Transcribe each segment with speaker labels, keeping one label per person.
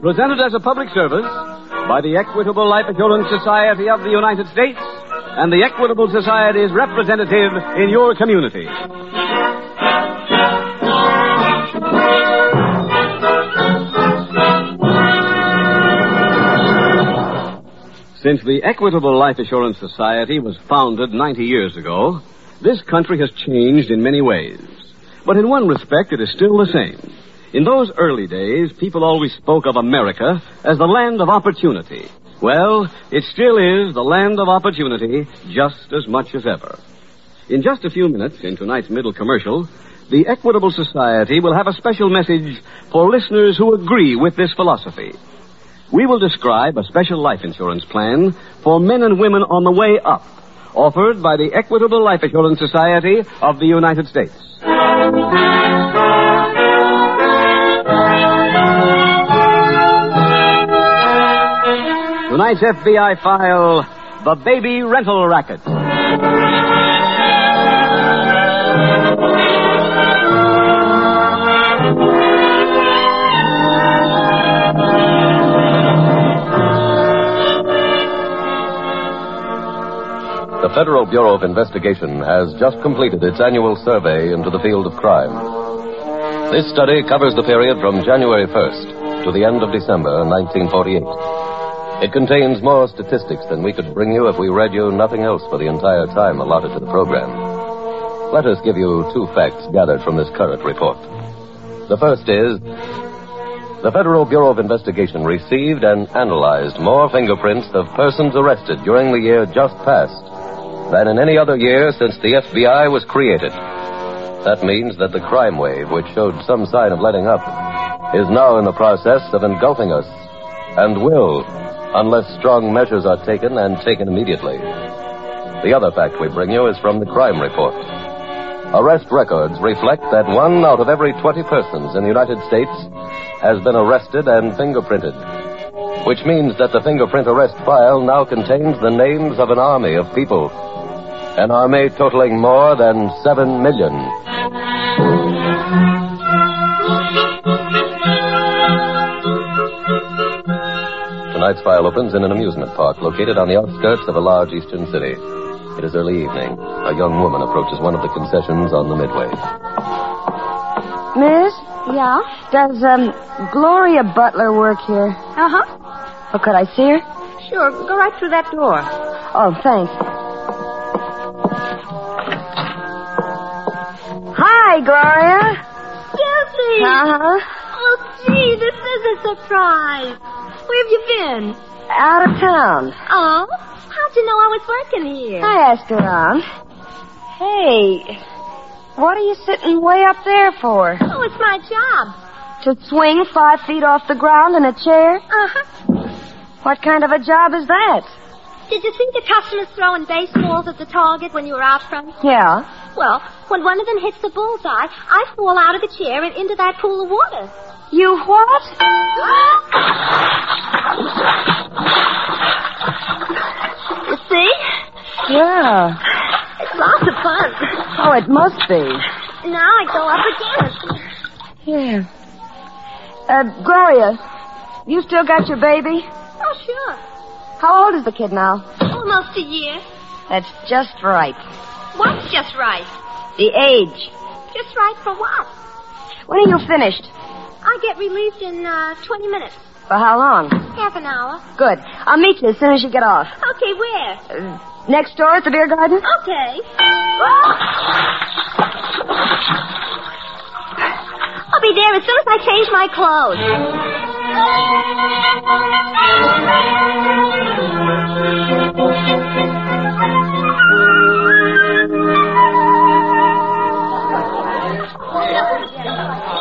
Speaker 1: Presented as a public service by the Equitable Life Assurance Society of the United States and the Equitable Society's representative in your community. Since the Equitable Life Assurance Society was founded 90 years ago, this country has changed in many ways. But in one respect, it is still the same. In those early days, people always spoke of America as the land of opportunity. Well, it still is the land of opportunity just as much as ever. In just a few minutes, in tonight's middle commercial, the Equitable Society will have a special message for listeners who agree with this philosophy we will describe a special life insurance plan for men and women on the way up, offered by the Equitable Life Assurance Society of the United States. Tonight's FBI file The Baby Rental Racket.
Speaker 2: The Federal Bureau of Investigation has just completed its annual survey into the field of crime. This study covers the period from January 1st to the end of December 1948. It contains more statistics than we could bring you if we read you nothing else for the entire time allotted to the program. Let us give you two facts gathered from this current report. The first is the Federal Bureau of Investigation received and analyzed more fingerprints of persons arrested during the year just past than in any other year since the FBI was created. That means that the crime wave, which showed some sign of letting up, is now in the process of engulfing us and will, unless strong measures are taken and taken immediately. The other fact we bring you is from the crime report. Arrest records reflect that one out of every 20 persons in the United States has been arrested and fingerprinted, which means that the fingerprint arrest file now contains the names of an army of people, an army totaling more than 7 million. Tonight's file opens in an amusement park located on the outskirts of a large eastern city. It is early evening. A young woman approaches one of the concessions on the midway.
Speaker 3: Miss,
Speaker 4: Yeah?
Speaker 3: does um Gloria Butler work here?
Speaker 4: Uh
Speaker 5: Uh-huh.
Speaker 4: huh.
Speaker 3: Oh, could I see her?
Speaker 4: Sure. Go right through that door.
Speaker 3: Oh, thanks. Hi, Gloria.
Speaker 4: Jeffy!
Speaker 3: Uh-huh.
Speaker 4: Oh, gee, this is a surprise. Where have you been?
Speaker 3: Out of town.
Speaker 4: Oh, how'd you know I was working here?
Speaker 3: I asked around. Hey, what are you sitting way up there for?
Speaker 4: Oh, it's my job.
Speaker 3: To swing five feet off the ground in a chair?
Speaker 4: Uh huh.
Speaker 3: What kind of a job is that?
Speaker 4: Did you see the customers throwing baseballs at the target when you were out front?
Speaker 3: Yeah.
Speaker 4: Well, when one of them hits the bullseye, I fall out of the chair and into that pool of water.
Speaker 3: You what?
Speaker 4: You see?
Speaker 3: Yeah.
Speaker 4: It's lots of fun.
Speaker 3: Oh, it must be.
Speaker 4: Now I go up again.
Speaker 3: Yeah. Uh, Gloria, you still got your baby?
Speaker 4: Oh, sure.
Speaker 3: How old is the kid now?
Speaker 4: Almost a year.
Speaker 3: That's just right.
Speaker 4: What's just right?
Speaker 3: The age.
Speaker 4: Just right for what?
Speaker 3: When are you finished?
Speaker 4: I get relieved in uh, 20 minutes.
Speaker 3: For how long?
Speaker 4: Half an hour.
Speaker 3: Good. I'll meet you as soon as you get off.
Speaker 4: Okay, where?
Speaker 3: Uh, next door at the beer garden?
Speaker 4: Okay. I'll be there as soon as I change my clothes.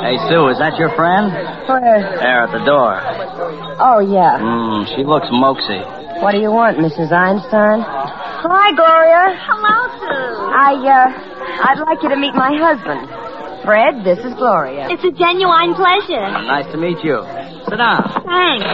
Speaker 6: Hey, Sue, is that your friend?
Speaker 3: Where?
Speaker 6: There at the door.
Speaker 3: Oh, yeah.
Speaker 6: Mm, she looks moxy.
Speaker 3: What do you want, Mrs. Einstein?
Speaker 7: Hi, Gloria.
Speaker 4: Hello, Sue.
Speaker 7: I, uh, I'd like you to meet my husband.
Speaker 3: Fred, this is Gloria.
Speaker 4: It's a genuine pleasure.
Speaker 6: Nice to meet you. Sit down.
Speaker 4: Thanks.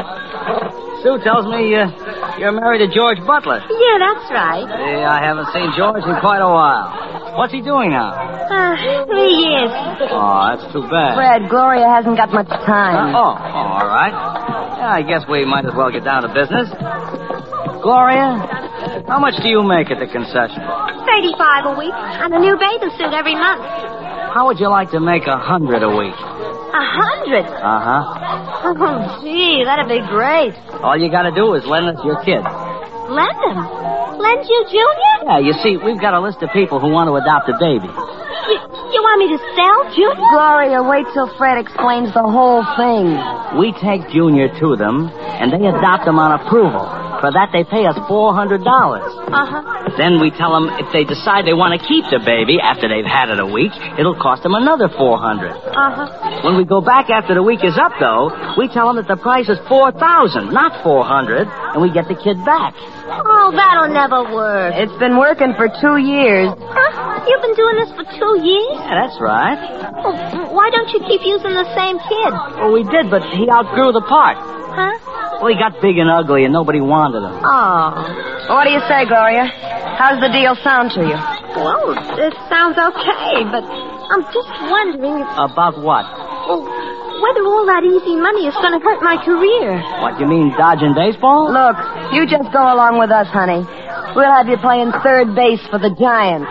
Speaker 6: Sue tells me uh, you're married to George Butler.
Speaker 4: Yeah, that's right.
Speaker 6: See, I haven't seen George in quite a while. What's he doing now?
Speaker 3: Ah,
Speaker 4: Uh, three years.
Speaker 6: Oh, that's too bad.
Speaker 3: Fred, Gloria hasn't got much
Speaker 6: Uh,
Speaker 3: time.
Speaker 6: oh, all right. Yeah, I guess we might as well get down to business. Gloria, how much do you make at the concession?
Speaker 4: 35 a week. And a new bathing suit every month.
Speaker 6: How would you like to make a hundred a week?
Speaker 4: A hundred.
Speaker 6: Uh-huh.
Speaker 4: Oh, gee, that'd be great.
Speaker 6: All you gotta do is lend us your kid.
Speaker 4: Lend him. Lend you, Junior?
Speaker 6: Yeah, you see, we've got a list of people who want to adopt a baby.
Speaker 4: You, you want me to sell Junior?
Speaker 3: Gloria, wait till Fred explains the whole thing.
Speaker 6: We take Junior to them, and they adopt him on approval. For that, they pay us $400.
Speaker 4: Uh-huh.
Speaker 6: Then we tell them if they decide they want to keep the baby after they've had it a week, it'll cost them another 400
Speaker 4: Uh-huh.
Speaker 6: When we go back after the week is up, though, we tell them that the price is 4000 not 400 and we get the kid back.
Speaker 4: Oh, that'll never work.
Speaker 3: It's been working for two years.
Speaker 4: Huh? You've been doing this for two years?
Speaker 6: Yeah, that's right.
Speaker 4: Well, why don't you keep using the same kid?
Speaker 6: Well, we did, but he outgrew the part.
Speaker 4: Huh?
Speaker 6: Well, he got big and ugly, and nobody wanted him.
Speaker 3: Oh. What do you say, Gloria? How's the deal sound to you?
Speaker 4: Well, it sounds okay, but I'm just wondering if,
Speaker 6: About what?
Speaker 4: well, whether all that easy money is going to hurt my career.
Speaker 6: What, you mean dodging baseball?
Speaker 3: Look, you just go along with us, honey. We'll have you playing third base for the Giants.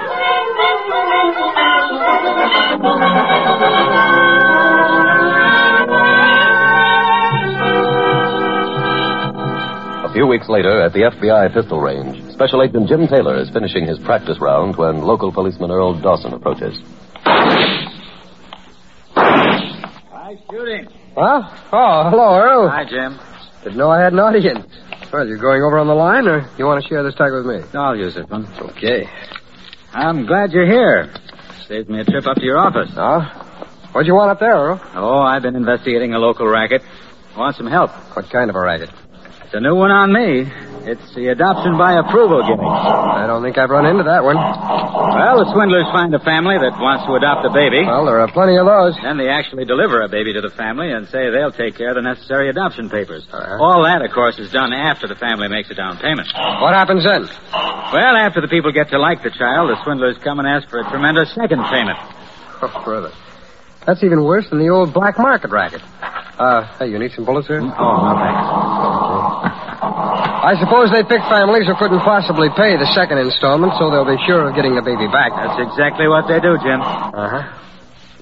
Speaker 2: A few weeks later, at the FBI pistol range, Special Agent Jim Taylor is finishing his practice round when local policeman Earl Dawson approaches.
Speaker 6: I shoot him.
Speaker 8: Huh? Oh, hello, Earl.
Speaker 6: Hi, Jim.
Speaker 8: Didn't know I had an audience. Well, you're going over on the line, or you want to share this tag with me?
Speaker 6: I'll use it, one.
Speaker 8: Okay.
Speaker 6: I'm glad you're here. Saved me a trip up to your office.
Speaker 8: Huh? What'd you want up there, Earl?
Speaker 6: Oh, I've been investigating a local racket. Want some help?
Speaker 8: What kind of a racket?
Speaker 6: It's a new one on me. It's the adoption by approval gimmick.
Speaker 8: I don't think I've run into that one.
Speaker 6: Well, the swindlers find a family that wants to adopt a baby.
Speaker 8: Well, there are plenty of those.
Speaker 6: Then they actually deliver a baby to the family and say they'll take care of the necessary adoption papers.
Speaker 8: Uh-huh.
Speaker 6: All that, of course, is done after the family makes a down payment.
Speaker 8: What happens then?
Speaker 6: Well, after the people get to like the child, the swindlers come and ask for a tremendous second payment.
Speaker 8: Oh, brother. That's even worse than the old black market racket. Uh, hey, you need some bullets here?
Speaker 6: Oh, no thanks.
Speaker 8: I suppose they picked families who couldn't possibly pay the second installment, so they'll be sure of getting the baby back.
Speaker 6: That's exactly what they do, Jim.
Speaker 8: Uh-huh.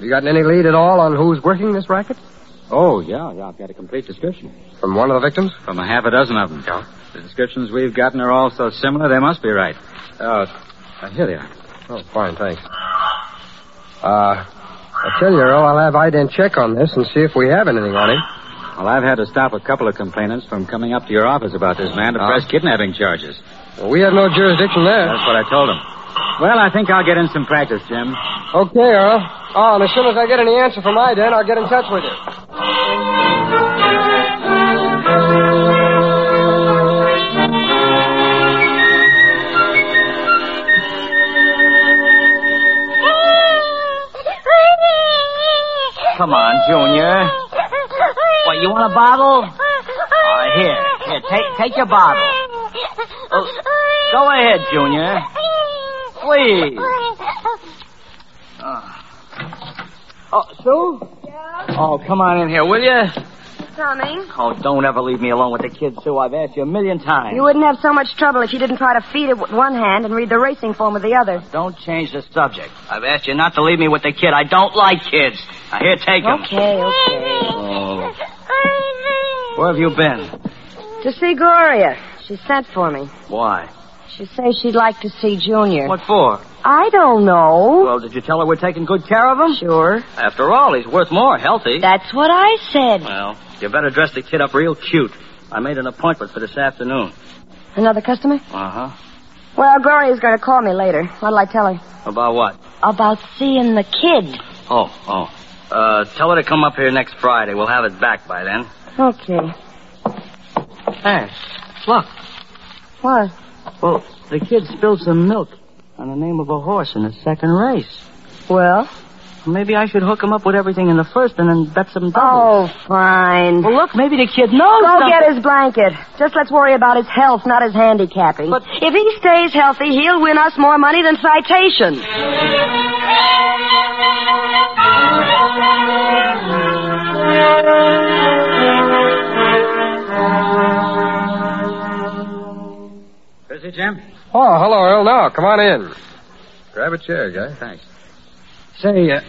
Speaker 8: You gotten any lead at all on who's working this racket?
Speaker 6: Oh, yeah, yeah. I've got a complete description.
Speaker 8: From one of the victims?
Speaker 6: From a half a dozen of them. Yeah. The descriptions we've gotten are all so similar, they must be right. Oh, uh, here they are.
Speaker 8: Oh, fine, thanks. Uh, I tell you, Earl, I'll have Ident check on this and see if we have anything on him.
Speaker 6: Well, I've had to stop a couple of complainants from coming up to your office about this man to
Speaker 8: Oh.
Speaker 6: press kidnapping charges.
Speaker 8: Well, we have no jurisdiction there.
Speaker 6: That's what I told him. Well, I think I'll get in some practice, Jim.
Speaker 8: Okay, Earl. Oh, and as soon as I get any answer from Ident, I'll get in touch with you.
Speaker 6: Come on, Junior. What, you want a bottle? Uh, here, here, take- take your bottle. Oh, Go ahead, Junior. Please. Ah. Oh, Sue? Yeah? Oh, come on in here, will you?
Speaker 3: Coming.
Speaker 6: Oh, don't ever leave me alone with the kids, Sue. I've asked you a million times.
Speaker 3: You wouldn't have so much trouble if you didn't try to feed it with one hand and read the racing form with the other.
Speaker 6: Don't change the subject. I've asked you not to leave me with the kid. I don't like kids. Now, here, take him.
Speaker 3: Okay, okay.
Speaker 6: Oh. Where have you been?
Speaker 3: To see Gloria. She sent for me.
Speaker 6: Why?
Speaker 3: She says she'd like to see Junior.
Speaker 6: What for?
Speaker 3: I don't know.
Speaker 6: Well, did you tell her we're taking good care of him?
Speaker 3: Sure.
Speaker 6: After all, he's worth more healthy.
Speaker 3: That's what I said.
Speaker 6: Well, you better dress the kid up real cute. I made an appointment for this afternoon.
Speaker 3: Another customer?
Speaker 6: Uh huh.
Speaker 3: Well, Gloria's going to call me later. What'll I tell her?
Speaker 6: About what?
Speaker 3: About seeing the kid.
Speaker 6: Oh, oh. Uh, tell her to come up here next Friday. We'll have it back by then.
Speaker 3: Okay.
Speaker 6: Thanks. Look.
Speaker 3: What?
Speaker 6: Well, the kid spilled some milk on the name of a horse in the second race.
Speaker 3: Well?
Speaker 6: Maybe I should hook him up with everything in the first and then bet some doubles.
Speaker 3: Oh, fine.
Speaker 6: Well, look, maybe the kid knows
Speaker 3: Go
Speaker 6: something.
Speaker 3: get his blanket. Just let's worry about his health, not his handicapping.
Speaker 6: But-
Speaker 3: if he stays healthy, he'll win us more money than citations.
Speaker 6: Busy, Jim?
Speaker 8: Oh, hello, Earl. Now, come on in. Grab a chair, guy.
Speaker 6: Thanks. Say, uh,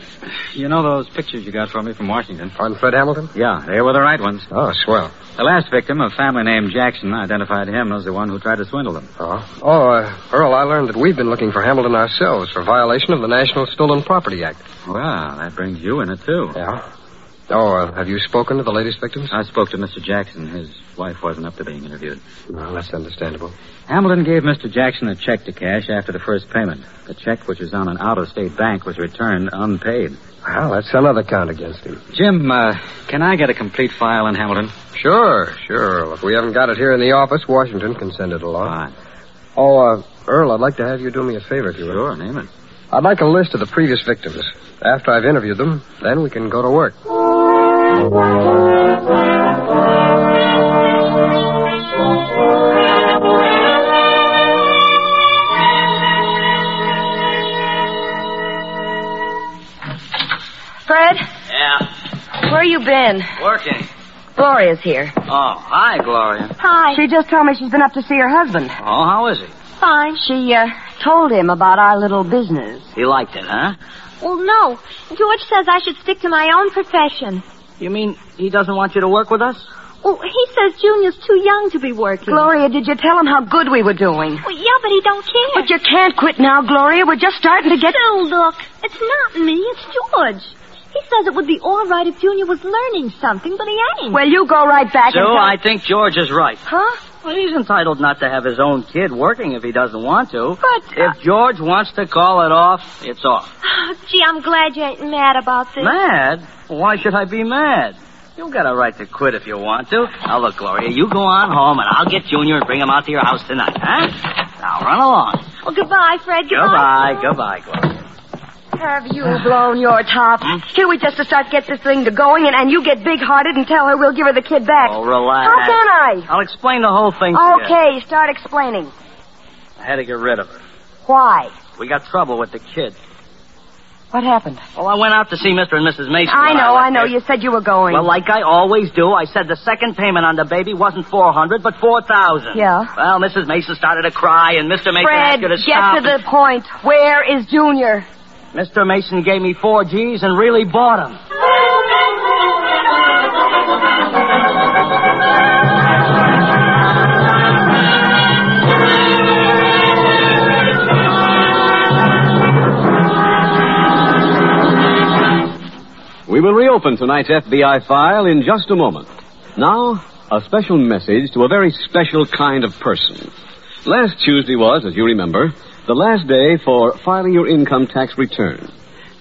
Speaker 6: you know those pictures you got for me from Washington?
Speaker 8: On Fred Hamilton?
Speaker 6: Yeah, they were the right ones.
Speaker 8: Oh, swell.
Speaker 6: The last victim, a family named Jackson, identified him as the one who tried to swindle them.
Speaker 8: Oh, oh uh, Earl, I learned that we've been looking for Hamilton ourselves for violation of the National Stolen Property Act.
Speaker 6: Well, that brings you in it, too.
Speaker 8: Yeah? Oh, uh, have you spoken to the latest victims?
Speaker 6: I spoke to Mr. Jackson. His wife wasn't up to being interviewed.
Speaker 8: Well, that's understandable.
Speaker 6: Hamilton gave Mr. Jackson a check to cash after the first payment. The check, which was on an out of state bank, was returned unpaid.
Speaker 8: Well, that's another count against him.
Speaker 6: Jim, uh, can I get a complete file on Hamilton?
Speaker 8: Sure, sure. Earl. If we haven't got it here in the office, Washington can send it along.
Speaker 6: Fine.
Speaker 8: Oh, uh, Earl, I'd like to have you do me a favor, if you would.
Speaker 6: Sure, name it.
Speaker 8: I'd like a list of the previous victims. After I've interviewed them, then we can go to work.
Speaker 3: Fred,
Speaker 6: Yeah,
Speaker 3: where you been?
Speaker 6: working.
Speaker 3: Gloria's here.
Speaker 6: Oh, hi, Gloria.
Speaker 4: Hi.
Speaker 3: She just told me she's been up to see her husband.
Speaker 6: Oh, how is he?
Speaker 4: Fine.
Speaker 3: She, uh, told him about our little business.
Speaker 6: He liked it, huh?
Speaker 4: Well, no. George says I should stick to my own profession.
Speaker 6: You mean he doesn't want you to work with us?
Speaker 4: Well, he says Junior's too young to be working.
Speaker 3: Gloria, did you tell him how good we were doing?
Speaker 4: Well, yeah, but he don't care.
Speaker 3: But you can't quit now, Gloria. We're just starting to get...
Speaker 4: Phil, look, it's not me, it's George. He says it would be all right if Junior was learning something, but he ain't.
Speaker 3: Well, you go right back
Speaker 6: Sue,
Speaker 3: and... tell-
Speaker 6: I think George is right.
Speaker 3: Huh?
Speaker 6: Well, he's entitled not to have his own kid working if he doesn't want to.
Speaker 4: But, uh,
Speaker 6: if George wants to call it off, it's off.
Speaker 4: Gee, I'm glad you ain't mad about this.
Speaker 6: Mad? Why should I be mad? You got a right to quit if you want to. Now look, Gloria, you go on home and I'll get Junior and bring him out to your house tonight, huh? Now run along.
Speaker 4: Well, goodbye, Fred.
Speaker 6: Goodbye, goodbye, Gloria.
Speaker 3: Have you blown your top?
Speaker 6: Hmm?
Speaker 3: Can't we just to start get this thing to going and, and you get big hearted and tell her we'll give her the kid back?
Speaker 6: Oh, relax.
Speaker 3: How can I?
Speaker 6: I'll explain the whole thing to you.
Speaker 3: Okay, start explaining.
Speaker 6: I had to get rid of her.
Speaker 3: Why?
Speaker 6: We got trouble with the kid.
Speaker 3: What happened?
Speaker 6: Well, I went out to see Mr. and Mrs. Mason.
Speaker 3: I
Speaker 6: when
Speaker 3: know, I
Speaker 6: left
Speaker 3: know.
Speaker 6: there.
Speaker 3: You said you were going.
Speaker 6: Well, like I always do, I said the second payment on the baby wasn't four hundred, but four thousand.
Speaker 3: Yeah.
Speaker 6: Well, Mrs. Mason started to cry, and Mr. Mason
Speaker 3: Fred,
Speaker 6: asked her to
Speaker 3: get
Speaker 6: stop.
Speaker 3: to the point. Where is Junior?
Speaker 6: Mr. Mason gave me four G's and really bought him.
Speaker 1: We will reopen tonight's FBI file in just a moment. Now, a special message to a very special kind of person. Last Tuesday was, as you remember, the last day for filing your income tax return.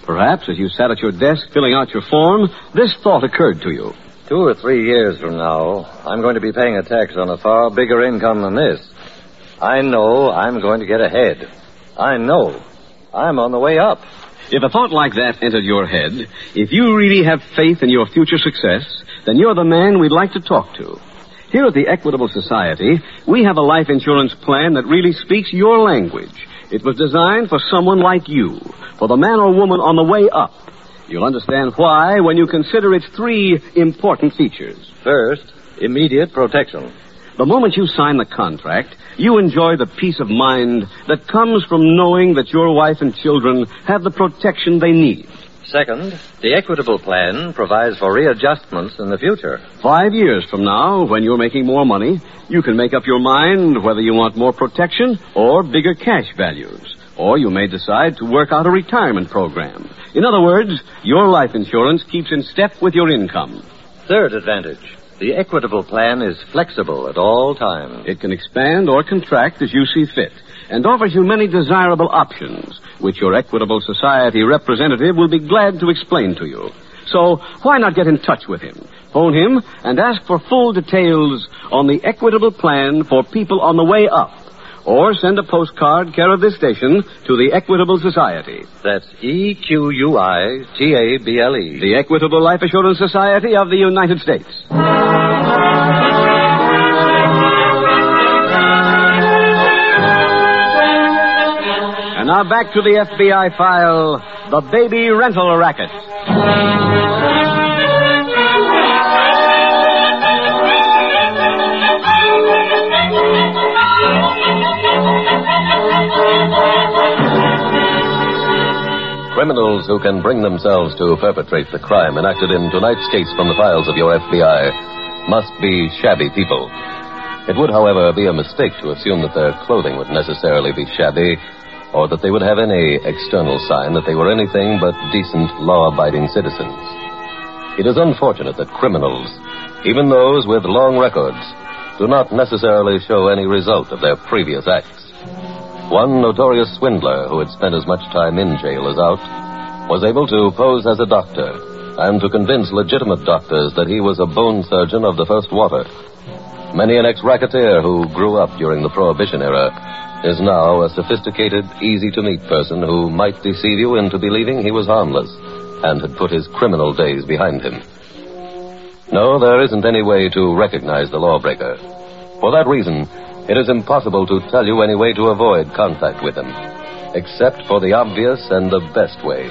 Speaker 1: Perhaps as you sat at your desk filling out your form, this thought occurred to you.
Speaker 2: Two or three years from now, I'm going to be paying a tax on a far bigger income than this. I know I'm going to get ahead. I know. I'm on the way up.
Speaker 1: If a thought like that entered your head, if you really have faith in your future success, then you're the man we'd like to talk to. Here at the Equitable Society, we have a life insurance plan that really speaks your language. It was designed for someone like you, for the man or woman on the way up. You'll understand why when you consider its three important features.
Speaker 2: First, immediate protection.
Speaker 1: The moment you sign the contract, you enjoy the peace of mind that comes from knowing that your wife and children have the protection they need.
Speaker 2: Second, the equitable plan provides for readjustments in the future.
Speaker 1: Five years from now, when you're making more money, you can make up your mind whether you want more protection or bigger cash values. Or you may decide to work out a retirement program. In other words, your life insurance keeps in step with your income.
Speaker 2: Third advantage, the equitable plan is flexible at all times.
Speaker 1: It can expand or contract as you see fit and offers you many desirable options, which your Equitable Society representative will be glad to explain to you. So why not get in touch with him, phone him, and ask for full details on the equitable plan for people on the way up? Or send a postcard care of this station to the Equitable Society.
Speaker 2: That's E Q U I T A B L E.
Speaker 1: The Equitable Life Assurance Society of the United States. And now back to the FBI file The Baby Rental Racket.
Speaker 2: Criminals who can bring themselves to perpetrate the crime enacted in tonight's case from the files of your FBI must be shabby people. It would, however, be a mistake to assume that their clothing would necessarily be shabby or that they would have any external sign that they were anything but decent, law abiding citizens. It is unfortunate that criminals, even those with long records, do not necessarily show any result of their previous acts. One notorious swindler who had spent as much time in jail as out was able to pose as a doctor and to convince legitimate doctors that he was a bone surgeon of the first water. Many an ex racketeer who grew up during the Prohibition era is now a sophisticated, easy to meet person who might deceive you into believing he was harmless and had put his criminal days behind him. No, there isn't any way to recognize the lawbreaker. For that reason, it is impossible to tell you any way to avoid contact with him, except for the obvious and the best way.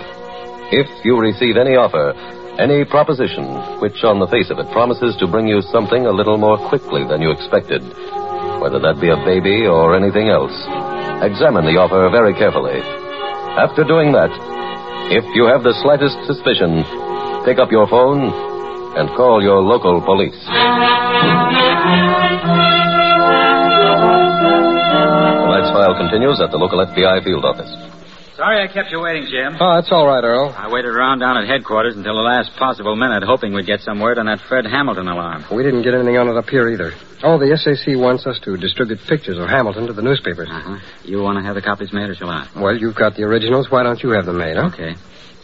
Speaker 2: If you receive any offer, any proposition, which on the face of it promises to bring you something a little more quickly than you expected, whether that be a baby or anything else, examine the offer very carefully. After doing that, if you have the slightest suspicion, pick up your phone and call your local police. Tonight's file continues at the local FBI field office.
Speaker 9: Sorry I kept you waiting, Jim.
Speaker 8: Oh, that's all right, Earl.
Speaker 9: I waited around down at headquarters until the last possible minute, hoping we'd get some word on that Fred Hamilton alarm.
Speaker 8: We didn't get anything on it up here either. Oh, the SAC wants us to distribute pictures of Hamilton to the newspapers.
Speaker 9: Uh-huh. You want to have the copies made, or shall I?
Speaker 8: Well, you've got the originals. Why don't you have them made, huh?
Speaker 9: Okay.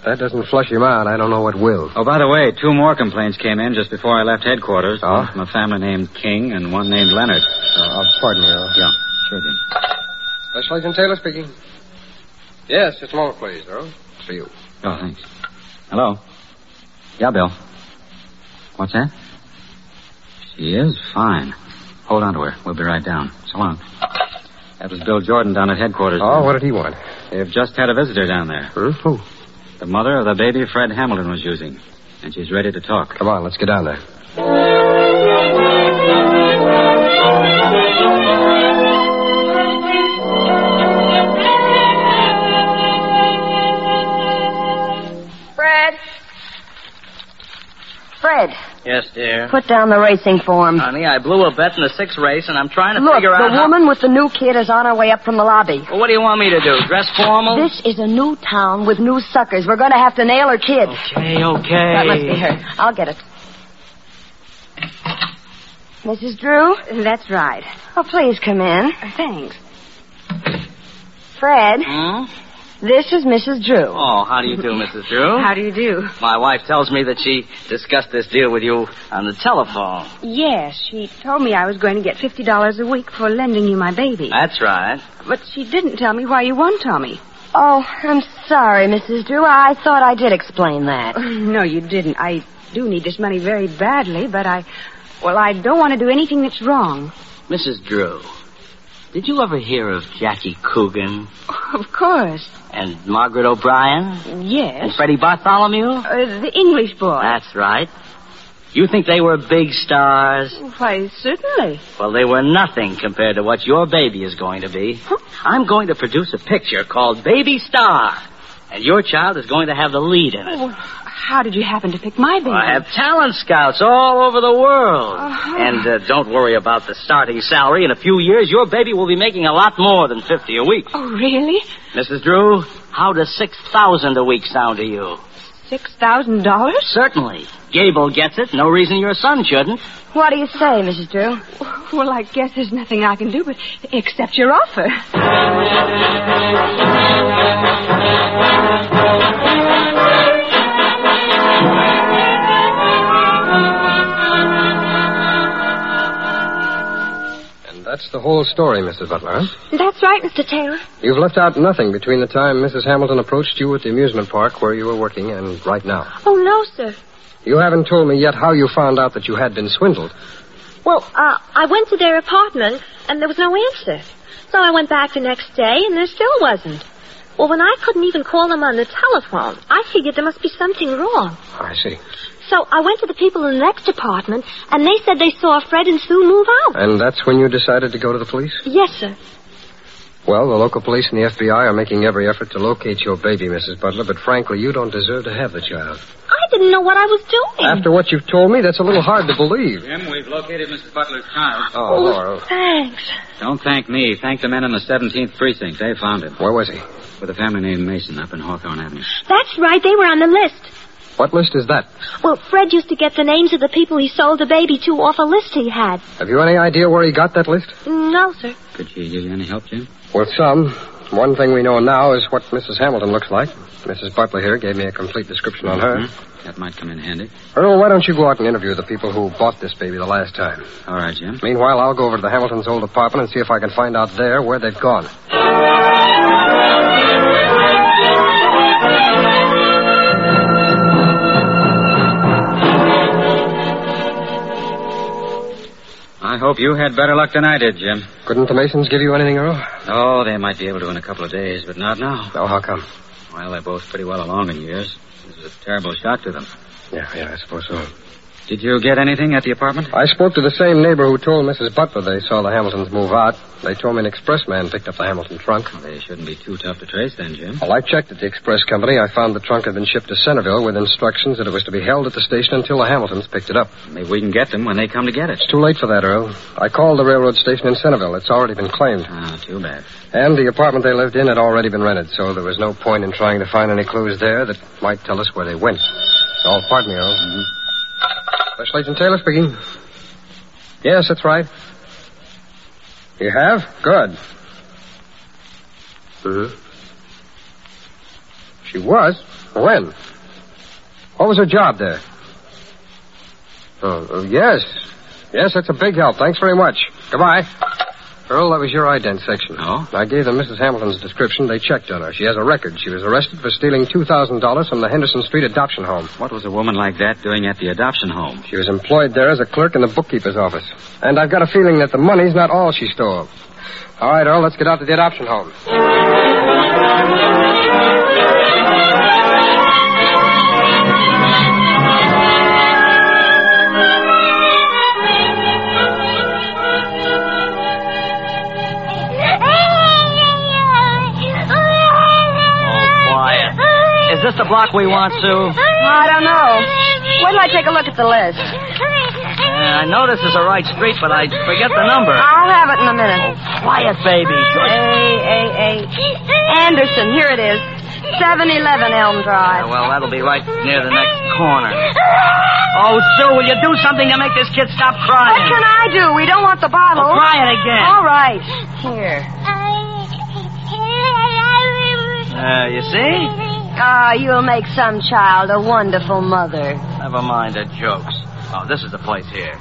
Speaker 8: That doesn't flush him out. I don't know what will.
Speaker 9: Oh, by the way, two more complaints came in just before I left headquarters.
Speaker 8: Oh?
Speaker 9: One from a family named King and one named Leonard.
Speaker 8: Uh, pardon me, Earl.
Speaker 9: Yeah, sure, Jim.
Speaker 8: Special Agent Taylor speaking. Yes, just a moment, please, Earl. For you.
Speaker 9: Oh, thanks. Hello. Yeah, Bill. What's that? She is fine. Hold on to her. We'll be right down. So long. That was Bill Jordan down at headquarters.
Speaker 8: Oh, what did he want?
Speaker 9: They've just had a visitor down there.
Speaker 8: Hmm? Who?
Speaker 9: The mother of the baby Fred Hamilton was using. And she's ready to talk.
Speaker 8: Come on, let's get down there.
Speaker 3: Fred. Fred,
Speaker 6: Yes, dear.
Speaker 3: put down the racing form.
Speaker 6: Honey, I blew a bet in the six race, and I'm trying to
Speaker 3: Look,
Speaker 6: figure out
Speaker 3: the
Speaker 6: how...
Speaker 3: woman with the new kid is on her way up from the lobby.
Speaker 6: Well, what do you want me to do? Dress formal?
Speaker 3: This is a new town with new suckers. We're going to have to nail her kid.
Speaker 6: Okay, okay.
Speaker 3: That must be her. I'll get it. Mrs. Drew? That's right. Oh, please come in. Thanks. Fred,
Speaker 6: Hmm?
Speaker 3: this is Mrs. Drew.
Speaker 6: Oh, how do you do, Mrs. Drew?
Speaker 5: How do you do?
Speaker 6: My wife tells me that she discussed this deal with you on the telephone.
Speaker 5: Yes, she told me I was going to get $50 a week for lending you my baby.
Speaker 6: That's right.
Speaker 5: But she didn't tell me why you won, Tommy.
Speaker 3: Oh, I'm sorry, Mrs. Drew. I thought I did explain that.
Speaker 5: No, you didn't. I do need this money very badly, but I. Well, I don't want to do anything that's wrong.
Speaker 6: Mrs. Drew, did you ever hear of Jackie Coogan
Speaker 5: Of course.
Speaker 6: and Margaret O'Brien and
Speaker 5: Yes.
Speaker 6: Freddie Bartholomew?
Speaker 5: Uh, the English boy.
Speaker 6: That's right. You think they were big stars?
Speaker 5: Why, certainly.
Speaker 6: Well, they were nothing compared to what your baby is going to be. I'm going to produce a picture called Baby Star, and your child is going to have the lead in it.
Speaker 5: Well, how did you happen to pick my baby?
Speaker 6: I have talent scouts all over the world.
Speaker 5: Uh-huh.
Speaker 6: And uh, don't worry about the starting salary. In a few years, your baby will be making a lot more than 50 a week.
Speaker 5: Oh, really?
Speaker 6: Mrs. Drew, how does 6,000 a week sound to you?
Speaker 5: $6,000?
Speaker 6: Certainly. Gable gets it. No reason your son shouldn't.
Speaker 3: What do you say, Mrs. Drew?
Speaker 5: Well, I guess there's nothing I can do but accept your offer.
Speaker 8: That's the whole story, Mrs. Butler. Huh?
Speaker 4: That's right, Mr. Taylor.
Speaker 8: You've left out nothing between the time Mrs. Hamilton approached you at the amusement park where you were working and right now.
Speaker 4: Oh, no, sir.
Speaker 8: You haven't told me yet how you found out that you had been swindled.
Speaker 4: Well, uh, I went to their apartment, and there was no answer. So I went back the next day, and there still wasn't. Well, when I couldn't even call them on the telephone, I figured there must be something wrong.
Speaker 8: I see.
Speaker 4: So I went to the people in the next apartment, and they said they saw Fred and Sue move out.
Speaker 8: And that's when you decided to go to the police?
Speaker 4: Yes, sir.
Speaker 8: Well, the local police and the FBI are making every effort to locate your baby, Mrs. Butler, but frankly, you don't deserve to have the child.
Speaker 4: I didn't know what I was doing.
Speaker 8: After what you've told me, that's a little hard to believe.
Speaker 9: Jim, we've located Mr. Butler's child.
Speaker 8: Oh, Laura.
Speaker 4: Thanks.
Speaker 9: Don't thank me. Thank the men in the 17th precinct. They found him.
Speaker 8: Where was he?
Speaker 9: With a family named Mason up in Hawthorne Avenue.
Speaker 4: That's right, they were on the list.
Speaker 8: What list is that?
Speaker 4: Well, Fred used to get the names of the people he sold the baby to off a list he had.
Speaker 8: Have you any idea where he got that list?
Speaker 4: No, sir.
Speaker 9: Could she give you any help, Jim?
Speaker 8: Well, some. One thing we know now is what Mrs. Hamilton looks like. Mrs. Butler here gave me a complete description on her.
Speaker 9: Mhm. That might come in handy.
Speaker 8: Earl, why don't you go out and interview the people who bought this baby the last time?
Speaker 9: All right, Jim.
Speaker 8: Meanwhile, I'll go over to the Hamilton's old apartment and see if I can find out there where they've gone.
Speaker 9: I hope you had better luck than I did, Jim.
Speaker 8: Couldn't the Masons give you anything, Earl?
Speaker 9: Oh, they might be able to in a couple of days, but not now.
Speaker 8: No, how come?
Speaker 9: Well, they're both pretty well along in years. This is a terrible shock to them.
Speaker 8: Yeah, yeah, I suppose so.
Speaker 9: Did you get anything at the apartment?
Speaker 8: I spoke to the same neighbor who told Mrs. Butler they saw the Hamiltons move out. They told me an express man picked up the Hamilton trunk.
Speaker 9: Well, they shouldn't be too tough to trace then, Jim.
Speaker 8: Well, I checked at the express company. I found the trunk had been shipped to Centerville with instructions that it was to be held at the station until the Hamiltons picked it up.
Speaker 9: Maybe we can get them when they come to get it.
Speaker 8: It's too late for that, Earl. I called the railroad station in Centerville. It's already been claimed.
Speaker 9: Ah, too bad.
Speaker 8: And the apartment they lived in had already been rented, so there was no point in trying to find any clues there that might tell us where they went. Oh, pardon me, Earl.
Speaker 9: Mm-hmm.
Speaker 8: Special Agent Taylor speaking. Yes, that's right. You have? Good. hmm She was? When? What was her job there? Oh, oh, yes. Yes, that's a big help. Thanks very much. Goodbye. Earl, that was your ident section.
Speaker 9: Oh?
Speaker 8: I gave them Mrs. Hamilton's description. They checked on her. She has a record. She was arrested for stealing $2,000 from the Henderson Street adoption home.
Speaker 9: What was a woman like that doing at the adoption home?
Speaker 8: She was employed there as a clerk in the bookkeeper's office. And I've got a feeling that the money's not all she stole. All right, Earl, let's get out to the adoption home.
Speaker 6: Quiet. Is this the block we want, Sue?
Speaker 3: I don't know. Wait till Oh, I take a look at the list.
Speaker 6: Uh, I know this is the right street, but I forget the number.
Speaker 3: I'll have it in a minute.
Speaker 6: Quiet, baby.
Speaker 3: A,
Speaker 6: George.
Speaker 3: A, A. Anderson, here it is. 711 Elm
Speaker 6: Yeah,
Speaker 3: Drive.
Speaker 6: well, that'll be right near the next corner. Oh, Sue, will you do something to make this kid stop crying?
Speaker 3: What can I do? We don't want the bottle.
Speaker 6: Oh, try it again.
Speaker 3: All right. Here.
Speaker 6: Uh, you see?
Speaker 3: Ah, you'll make some child a wonderful mother.
Speaker 6: Never mind the jokes. Oh, this is the place here.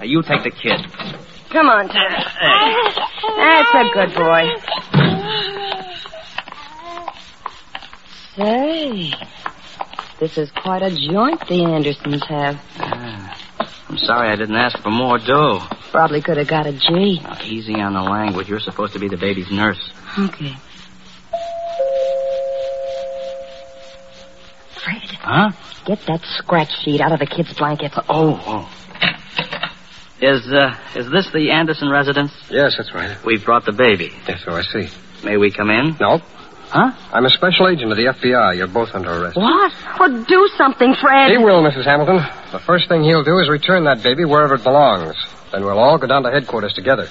Speaker 6: Now, you take the kid.
Speaker 3: Come on, Tony.
Speaker 6: Uh,
Speaker 3: That's a good boy. Say, this is quite a joint the Andersons have.
Speaker 6: Ah. I'm sorry I didn't ask for more dough.
Speaker 3: Probably could have got a G.
Speaker 6: Now, easy on the language. You're supposed to be the baby's nurse.
Speaker 3: Okay.
Speaker 6: Huh?
Speaker 3: Get that scratch sheet out of the kid's blanket.
Speaker 6: Oh, oh. Is, uh, is this the Anderson residence?
Speaker 8: Yes, that's right.
Speaker 6: We've brought the baby.
Speaker 8: Yes, so I see.
Speaker 6: May we come in?
Speaker 8: No,
Speaker 6: Huh?
Speaker 8: I'm a special agent of the FBI. You're both under arrest.
Speaker 3: What? Well, do something, Fred.
Speaker 8: He will, Mrs. Hamilton. The first thing he'll do is return that baby wherever it belongs. Then we'll all go down to headquarters together.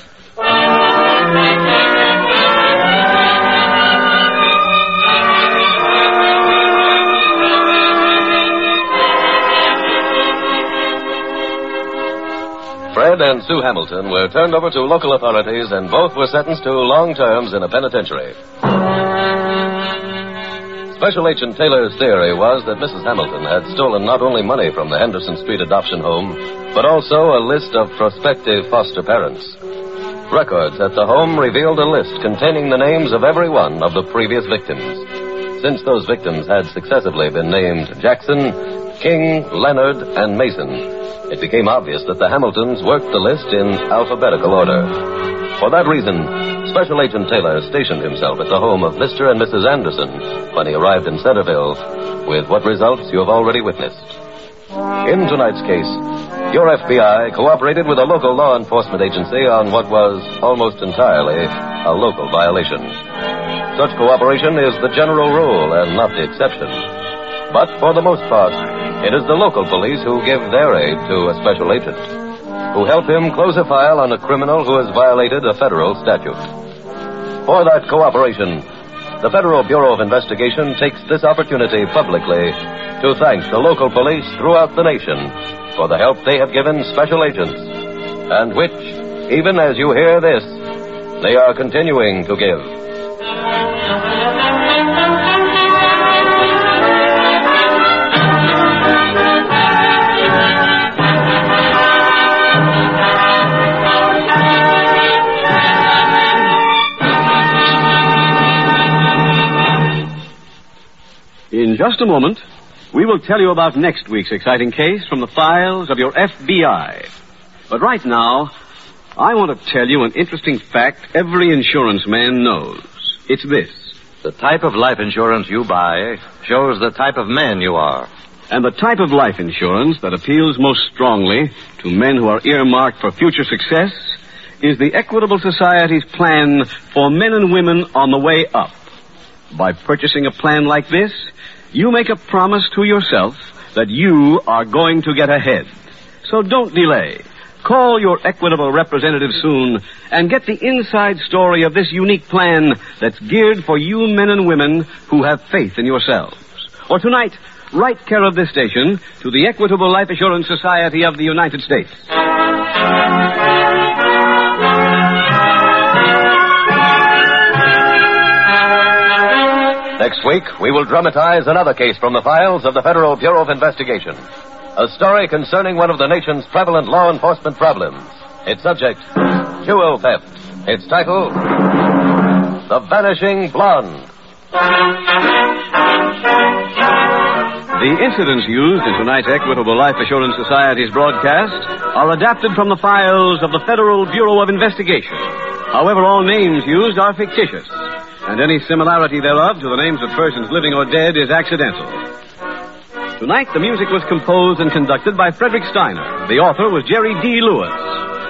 Speaker 2: Fred and Sue Hamilton were turned over to local authorities and both were sentenced to long terms in a penitentiary. Special Agent Taylor's theory was that Mrs. Hamilton had stolen not only money from the Henderson Street adoption home, but also a list of prospective foster parents. Records at the home revealed a list containing the names of every one of the previous victims. Since those victims had successively been named Jackson, King, Leonard, and Mason, it became obvious that the Hamiltons worked the list in alphabetical order. For that reason, Special Agent Taylor stationed himself at the home of Mr. and Mrs. Anderson when he arrived in Centerville, with what results you have already witnessed. In tonight's case, your FBI cooperated with a local law enforcement agency on what was almost entirely a local violation. Such cooperation is the general rule and not the exception. But for the most part, it is the local police who give their aid to a special agent, who help him close a file on a criminal who has violated a federal statute. For that cooperation, the Federal Bureau of Investigation takes this opportunity publicly to thank the local police throughout the nation for the help they have given special agents, and which, even as you hear this, they are continuing to give.
Speaker 1: In just a moment, we will tell you about next week's exciting case from the files of your FBI. But right now, I want to tell you an interesting fact every insurance man knows. It's this.
Speaker 10: The type of life insurance you buy shows the type of man you are.
Speaker 1: And the type of life insurance that appeals most strongly to men who are earmarked for future success is the Equitable Society's plan for men and women on the way up. By purchasing a plan like this, you make a promise to yourself that you are going to get ahead. So don't delay. Call your Equitable representative soon and get the inside story of this unique plan that's geared for you men and women who have faith in yourselves. Or tonight, write care of this station to the Equitable Life Assurance Society of the United States.
Speaker 2: Next week, we will dramatize another case from the files of the Federal Bureau of Investigation. A story concerning one of the nation's prevalent law enforcement problems. Its subject, jewel theft. Its title, The Vanishing Blonde.
Speaker 1: The incidents used in tonight's Equitable Life Assurance Society's broadcast are adapted from the files of the Federal Bureau of Investigation. However, all names used are fictitious, and any similarity thereof to the names of persons living or dead is accidental. Tonight, the music was composed and conducted by Frederick Steiner. The author was Jerry D. Lewis.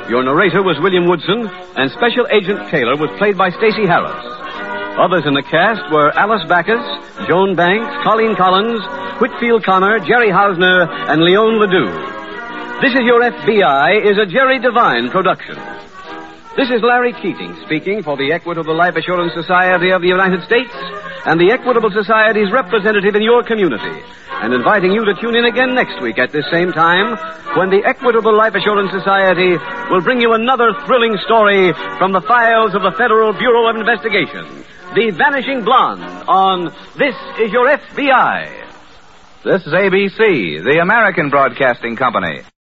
Speaker 1: Your narrator was William Woodson, and Special Agent Taylor was played by Stacy Harris. Others in the cast were Alice Backus, Joan Banks, Colleen Collins, Whitfield Connor, Jerry Hausner, and Leon Ledoux. This is Your FBI is a Jerry Devine production. This is Larry Keating speaking for the Equitable Life Assurance Society of the United States and the Equitable Society's representative in your community, and inviting you to tune in again next week at this same time when the Equitable Life Assurance Society will bring you another thrilling story from the files of the Federal Bureau of Investigation The Vanishing Blonde on This Is Your FBI.
Speaker 11: This is ABC, the American Broadcasting Company.